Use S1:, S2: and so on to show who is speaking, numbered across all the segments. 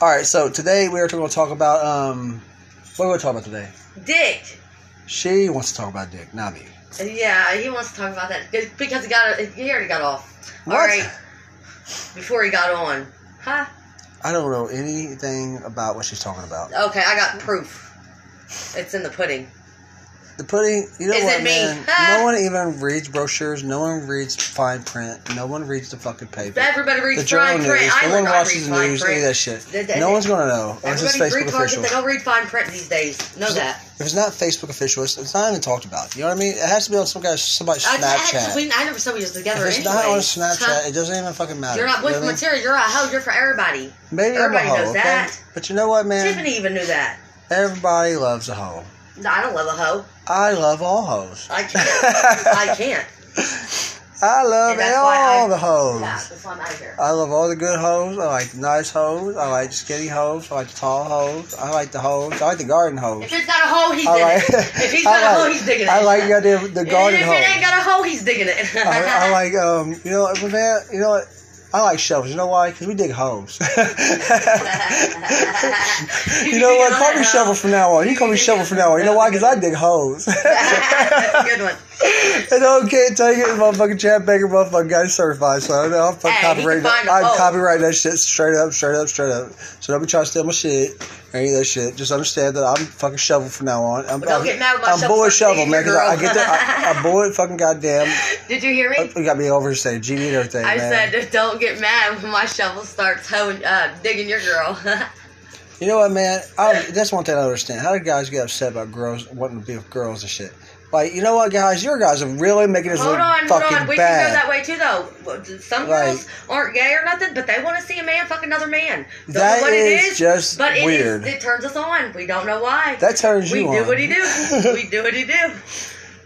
S1: All right, so today we are going to talk about um, what are we going to talk about today?
S2: Dick.
S1: She wants to talk about dick, not me.
S2: Yeah, he wants to talk about that be- because he got he already got off.
S1: What?
S2: All right, before he got on, huh?
S1: I don't know anything about what she's talking about.
S2: Okay, I got proof. It's in the pudding.
S1: The pudding, you know
S2: Is
S1: what,
S2: it me? Ah.
S1: man?
S2: Huh?
S1: No one even reads brochures. No one reads fine print. No one reads the fucking paper.
S2: Everybody reads
S1: the journal
S2: fine print.
S1: news.
S2: I
S1: No one
S2: would not read
S1: watches the
S2: fine
S1: news. Any of
S2: print.
S1: that shit.
S2: Th- th-
S1: No one's gonna know. Unless it's
S2: Everybody
S1: Facebook
S2: read cards
S1: official.
S2: that they don't read fine print these days. oh, Know that.
S1: If it's not Facebook official, it's, it's not even talked about. You know what I mean? It has to be on some guy's somebody's
S2: I,
S1: Snapchat.
S2: I, we, I never said we was
S1: if
S2: together
S1: it's
S2: anyway.
S1: not on Snapchat,
S2: Huh?
S1: it doesn't even fucking matter.
S2: You're not
S1: You
S2: boy
S1: know
S2: for
S1: what I mean?
S2: material. You're a hoe. You're for everybody.
S1: Maybe I'm a
S2: Everybody
S1: hoe,
S2: knows
S1: okay?
S2: that.
S1: But you know what, man?
S2: Tiffany even knew that.
S1: Everybody loves a hoe.
S2: No, I don't love a hoe.
S1: I love all hoes.
S2: I can't. I can't.
S1: I love
S2: And that's why
S1: all
S2: I-
S1: the hoes.
S2: Yeah, that's why I'm out of here.
S1: I love all the good hoes. I like the nice hoes. I like the skinny hoes. I like the tall hoes. I like the hoes. I like the garden hoes.
S2: If it's got a hole, he's
S1: I
S2: digging
S1: like.
S2: it. If he's
S1: I
S2: got a hole,
S1: like-
S2: he's digging it.
S1: I like goddamn the garden
S2: If it ain't
S1: hoes.
S2: got a hole, he's digging it.
S1: I, I like um. You know, what, man. You know what? I like shovels. You know why? Because we dig hoes. you know what? Call me shovel from now on. You can call me shovel from now on. You know why? Because I dig hoes.
S2: That's a good one.
S1: And I can't take it. Motherfucking Chad Baker motherfucking got certified, so I know I'm fucking
S2: Hey, he can
S1: copyrighting.
S2: find a
S1: I'm
S2: hole.
S1: copyrighting that shit straight up, straight up, straight up. So don't be trying to steal my shit or any of that shit. Just understand that I'm fucking shovel from now on. I'm,
S2: Well, don't
S1: I'm,
S2: get mad with my
S1: I'm
S2: shovel
S1: boy
S2: for
S1: shovel,
S2: stealing
S1: man,
S2: your
S1: because I, I
S2: girl.
S1: get that. I, I boy fucking goddamn. Oh,
S2: Did you hear me?
S1: You got me over saying GD and everything.
S2: I
S1: man.
S2: said, don't get mad when my shovel starts hoeing, uh, digging your girl.
S1: You know what, man? I, that's one thing I don't understand. How do guys get upset about girls wanting to be with girls and shit? Like, you know what, guys? Your guys are really making this
S2: hold
S1: look
S2: on, hold
S1: fucking
S2: on. We
S1: bad.
S2: can go that way too, though. Some
S1: Right.
S2: girls aren't gay or nothing, but they want to see a man fuck another man. Don't
S1: That
S2: know what it
S1: is
S2: is
S1: just
S2: but it is-
S1: weird.
S2: it turns us on. We don't know why.
S1: That turns
S2: we
S1: you on.
S2: do what he do. we do what he do.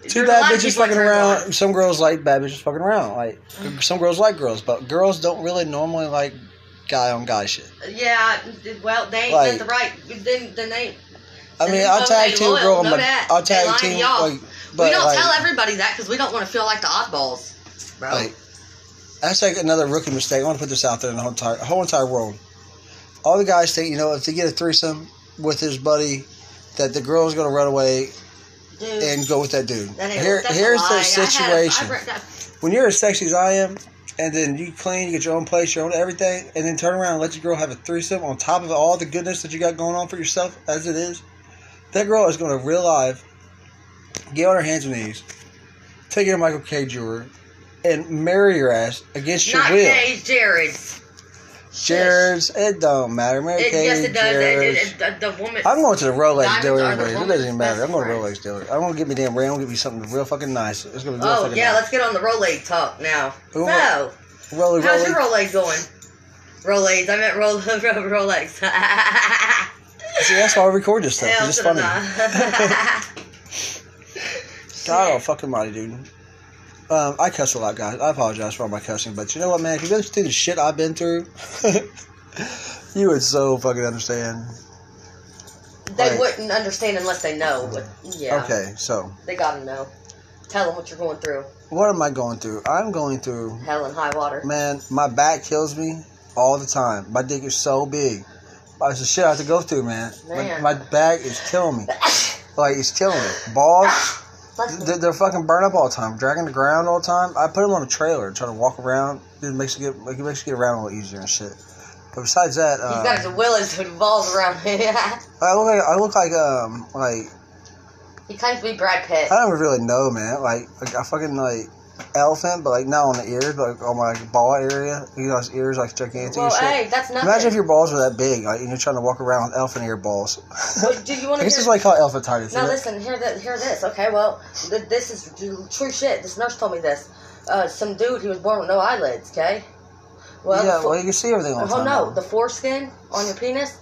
S1: Two
S2: There's a lot
S1: bad
S2: of
S1: bitches
S2: people Mm.
S1: fucking
S2: turned
S1: around.
S2: on.
S1: Some girls like bad bitches fucking around. Like some girls like girls, but girls don't really normally like guy on guy shit.
S2: Yeah, well, they ain't
S1: Like-
S2: got the right. Then, then they.
S1: I
S2: And
S1: mean,
S2: these
S1: I'll
S2: hoes
S1: tag
S2: ain't
S1: team a
S2: loyal,
S1: girl. on
S2: know
S1: my-
S2: that.
S1: I'll
S2: They
S1: tag
S2: lying to
S1: team.
S2: y'all.
S1: Like, but
S2: we don't
S1: like,
S2: tell everybody that because we don't want to feel like the oddballs, bro.
S1: Like, that's like another rookie mistake. I want to put this out there in the whole entire whole entire world. All the guys think you know if they get a threesome with his buddy, that the girl's gonna run away
S2: Dude,
S1: and go with that dude.
S2: that ain't-
S1: Here,
S2: that's a
S1: here's
S2: lie. I
S1: the
S2: had a-
S1: situation.
S2: I read that-
S1: when you're as sexy as I am, and then you clean, you get your own place, your own everything, and then turn around and let your girl have a threesome on top of all the goodness that you got going on for yourself as it is, that girl is going to real life, get on her hands and knees, take your Michael K. Jewelry, and marry your ass against your
S2: Not
S1: will.
S2: Jay's, Jared's.
S1: Jared's, it don't matter. Mary
S2: It,
S1: Kay,
S2: yes, it does. It-
S1: Jared's.
S2: it- it- the, the woman.
S1: I'm going to the Rolex
S2: Diamonds
S1: dealer
S2: are the
S1: anyway. It
S2: woman's
S1: doesn't even matter.
S2: best
S1: I'm going to
S2: friend.
S1: Rolex dealer. I'm going to get me damn ring. I'm going to get me something real fucking nice. It's going to be real
S2: oh
S1: fucking
S2: yeah,
S1: nice.
S2: let's get on the Rolade talk now.
S1: Who
S2: So,
S1: am I- Rolly,
S2: how's
S1: Rolly.
S2: your Rolade going? Rolades, I meant Rol- Ro- Rolex.
S1: See, that's why I record this stuff.
S2: Hell
S1: 'cause it's
S2: to the
S1: funny.
S2: nah.
S1: God fucking mighty, dude. Um, I cuss a lot, guys. I apologize for all my cussing, but you know what, man? If you've been through the shit I've been through, you would so fucking understand.
S2: They
S1: Right.
S2: wouldn't understand unless they know. But, yeah.
S1: Okay, so
S2: They gotta know. Tell them what you're going through.
S1: what am I going through? I'm going through,
S2: Hell and high water.
S1: man. My back kills me all the time. My dick is so big. It's the shit I have to go through, man.
S2: Man.
S1: My, my back is killing me. Like it's killing me. Balls. They're, they're fucking burn up all the time, dragging the ground all the time. I put them on a trailer and try to walk around. It makes you get like, it makes you get around a little easier and shit. But besides that,
S2: He's
S1: uh,
S2: got his willies with balls around him.
S1: I look like I look like um like
S2: he claims to be Brad Pitt.
S1: I don't even really know, man. Like, like I fucking like elephant, but like not on the ears, but like, on my like, ball area. You know, his ears like gigantic
S2: well,
S1: and shit.
S2: hey, that's nothing.
S1: Imagine if your balls were that big, like, and you're trying to walk around with elephant ear balls.
S2: Well, do you want to
S1: this
S2: hear?
S1: is why you call it elephantitis. isn't
S2: no,
S1: it?
S2: listen. Hear that. Hear this. Okay. Well, th- this is true shit. This nurse told me this. Uh, some dude. He was born with no eyelids. Okay. Well,
S1: yeah,
S2: the fo-
S1: well, you can see everything all the
S2: oh
S1: time.
S2: no,
S1: now.
S2: the foreskin on your penis.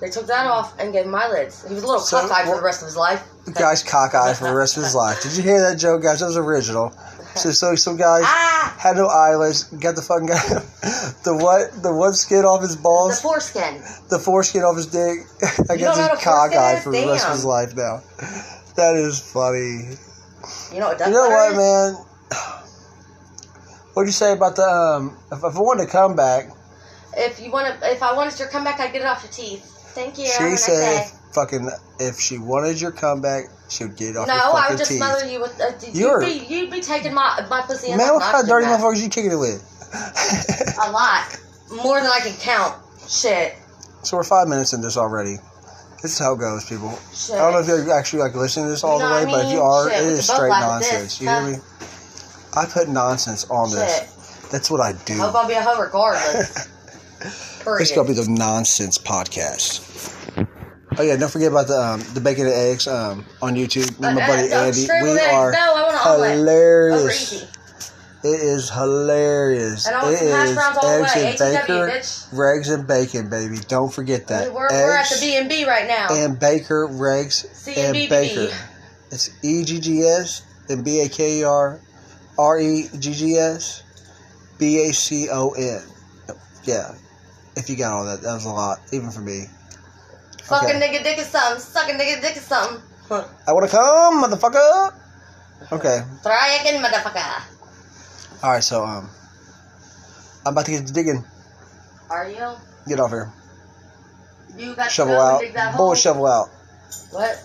S2: They took that off and gave him eyelids. He was a little
S1: So,
S2: cockeyed for
S1: well-
S2: the rest of his life.
S1: guy's cockeyed for the rest of his life. Did you hear that joke, guys? That was original. So, so some guys
S2: Ah,
S1: had no eyelids, got the fucking guy, the what, the one skin off his
S2: the
S1: balls,
S2: foreskin.
S1: the foreskin off his dick. I
S2: You don't
S1: guess
S2: know
S1: he's
S2: what a foreskin
S1: cockeyed
S2: is?
S1: for the rest of
S2: Damn.
S1: his life now. That is funny.
S2: You know what?
S1: You know what, man? What'd you say about the um? If, if I wanted to come back,
S2: If you want to, if I wanted your comeback, I'd get it off your teeth. Thank you. Have a
S1: She
S2: nice
S1: said,
S2: day.
S1: if "Fucking, if she wanted your comeback, she would get it off
S2: No,
S1: your
S2: I
S1: fucking
S2: would just
S1: teeth."
S2: smother you with. Uh, d- you'd
S1: You're-
S2: be you'd be taking my my pussy. and
S1: Man, what
S2: not
S1: kind of dirty
S2: knocking
S1: motherfuckers you kicking it with?
S2: that. A lot more than I can count. Shit,
S1: so we're five minutes in this already. This is how it goes, people.
S2: shit.
S1: I don't know if you're actually like listening to this all
S2: No,
S1: the way,
S2: I
S1: but if you
S2: mean,
S1: are,
S2: shit,
S1: it
S2: we
S1: is
S2: can both
S1: straight
S2: laugh at
S1: nonsense.
S2: this,
S1: you hear
S2: huh?
S1: me? I put nonsense on
S2: shit.
S1: this. That's what I do.
S2: I hope I'll be a hoe regardless.
S1: It's gonna be the nonsense podcast. Oh yeah, don't forget about the um, the bacon and eggs um, on YouTube. with
S2: Uh,
S1: my buddy Andy, we are
S2: No, I want an omelet. Over
S1: hilarious.
S2: easy.
S1: It is hilarious.
S2: And I want
S1: It
S2: some hash
S1: is
S2: browns all the
S1: eggs
S2: way.
S1: and
S2: ATW,
S1: baker,
S2: bitch.
S1: regs and bacon, baby. Don't forget that.
S2: We're, we're at the
S1: Eggs
S2: B and B right now.
S1: and baker, regs and
S2: CNBB.
S1: baker. It's E G G S and B A K E R R E G G S B A C O N. Yeah. If you got all that, that was a lot, even for me.
S2: Fuck a nigga dick or something. Suck a nigga dick or something.
S1: I wanna come, motherfucker. Okay.
S2: Try again, motherfucker.
S1: All right. So um, I'm about to get to digging.
S2: Are you?
S1: Get off here.
S2: You got to
S1: Shovel
S2: go and
S1: out.
S2: dig that hole.
S1: Bull shovel out.
S2: What?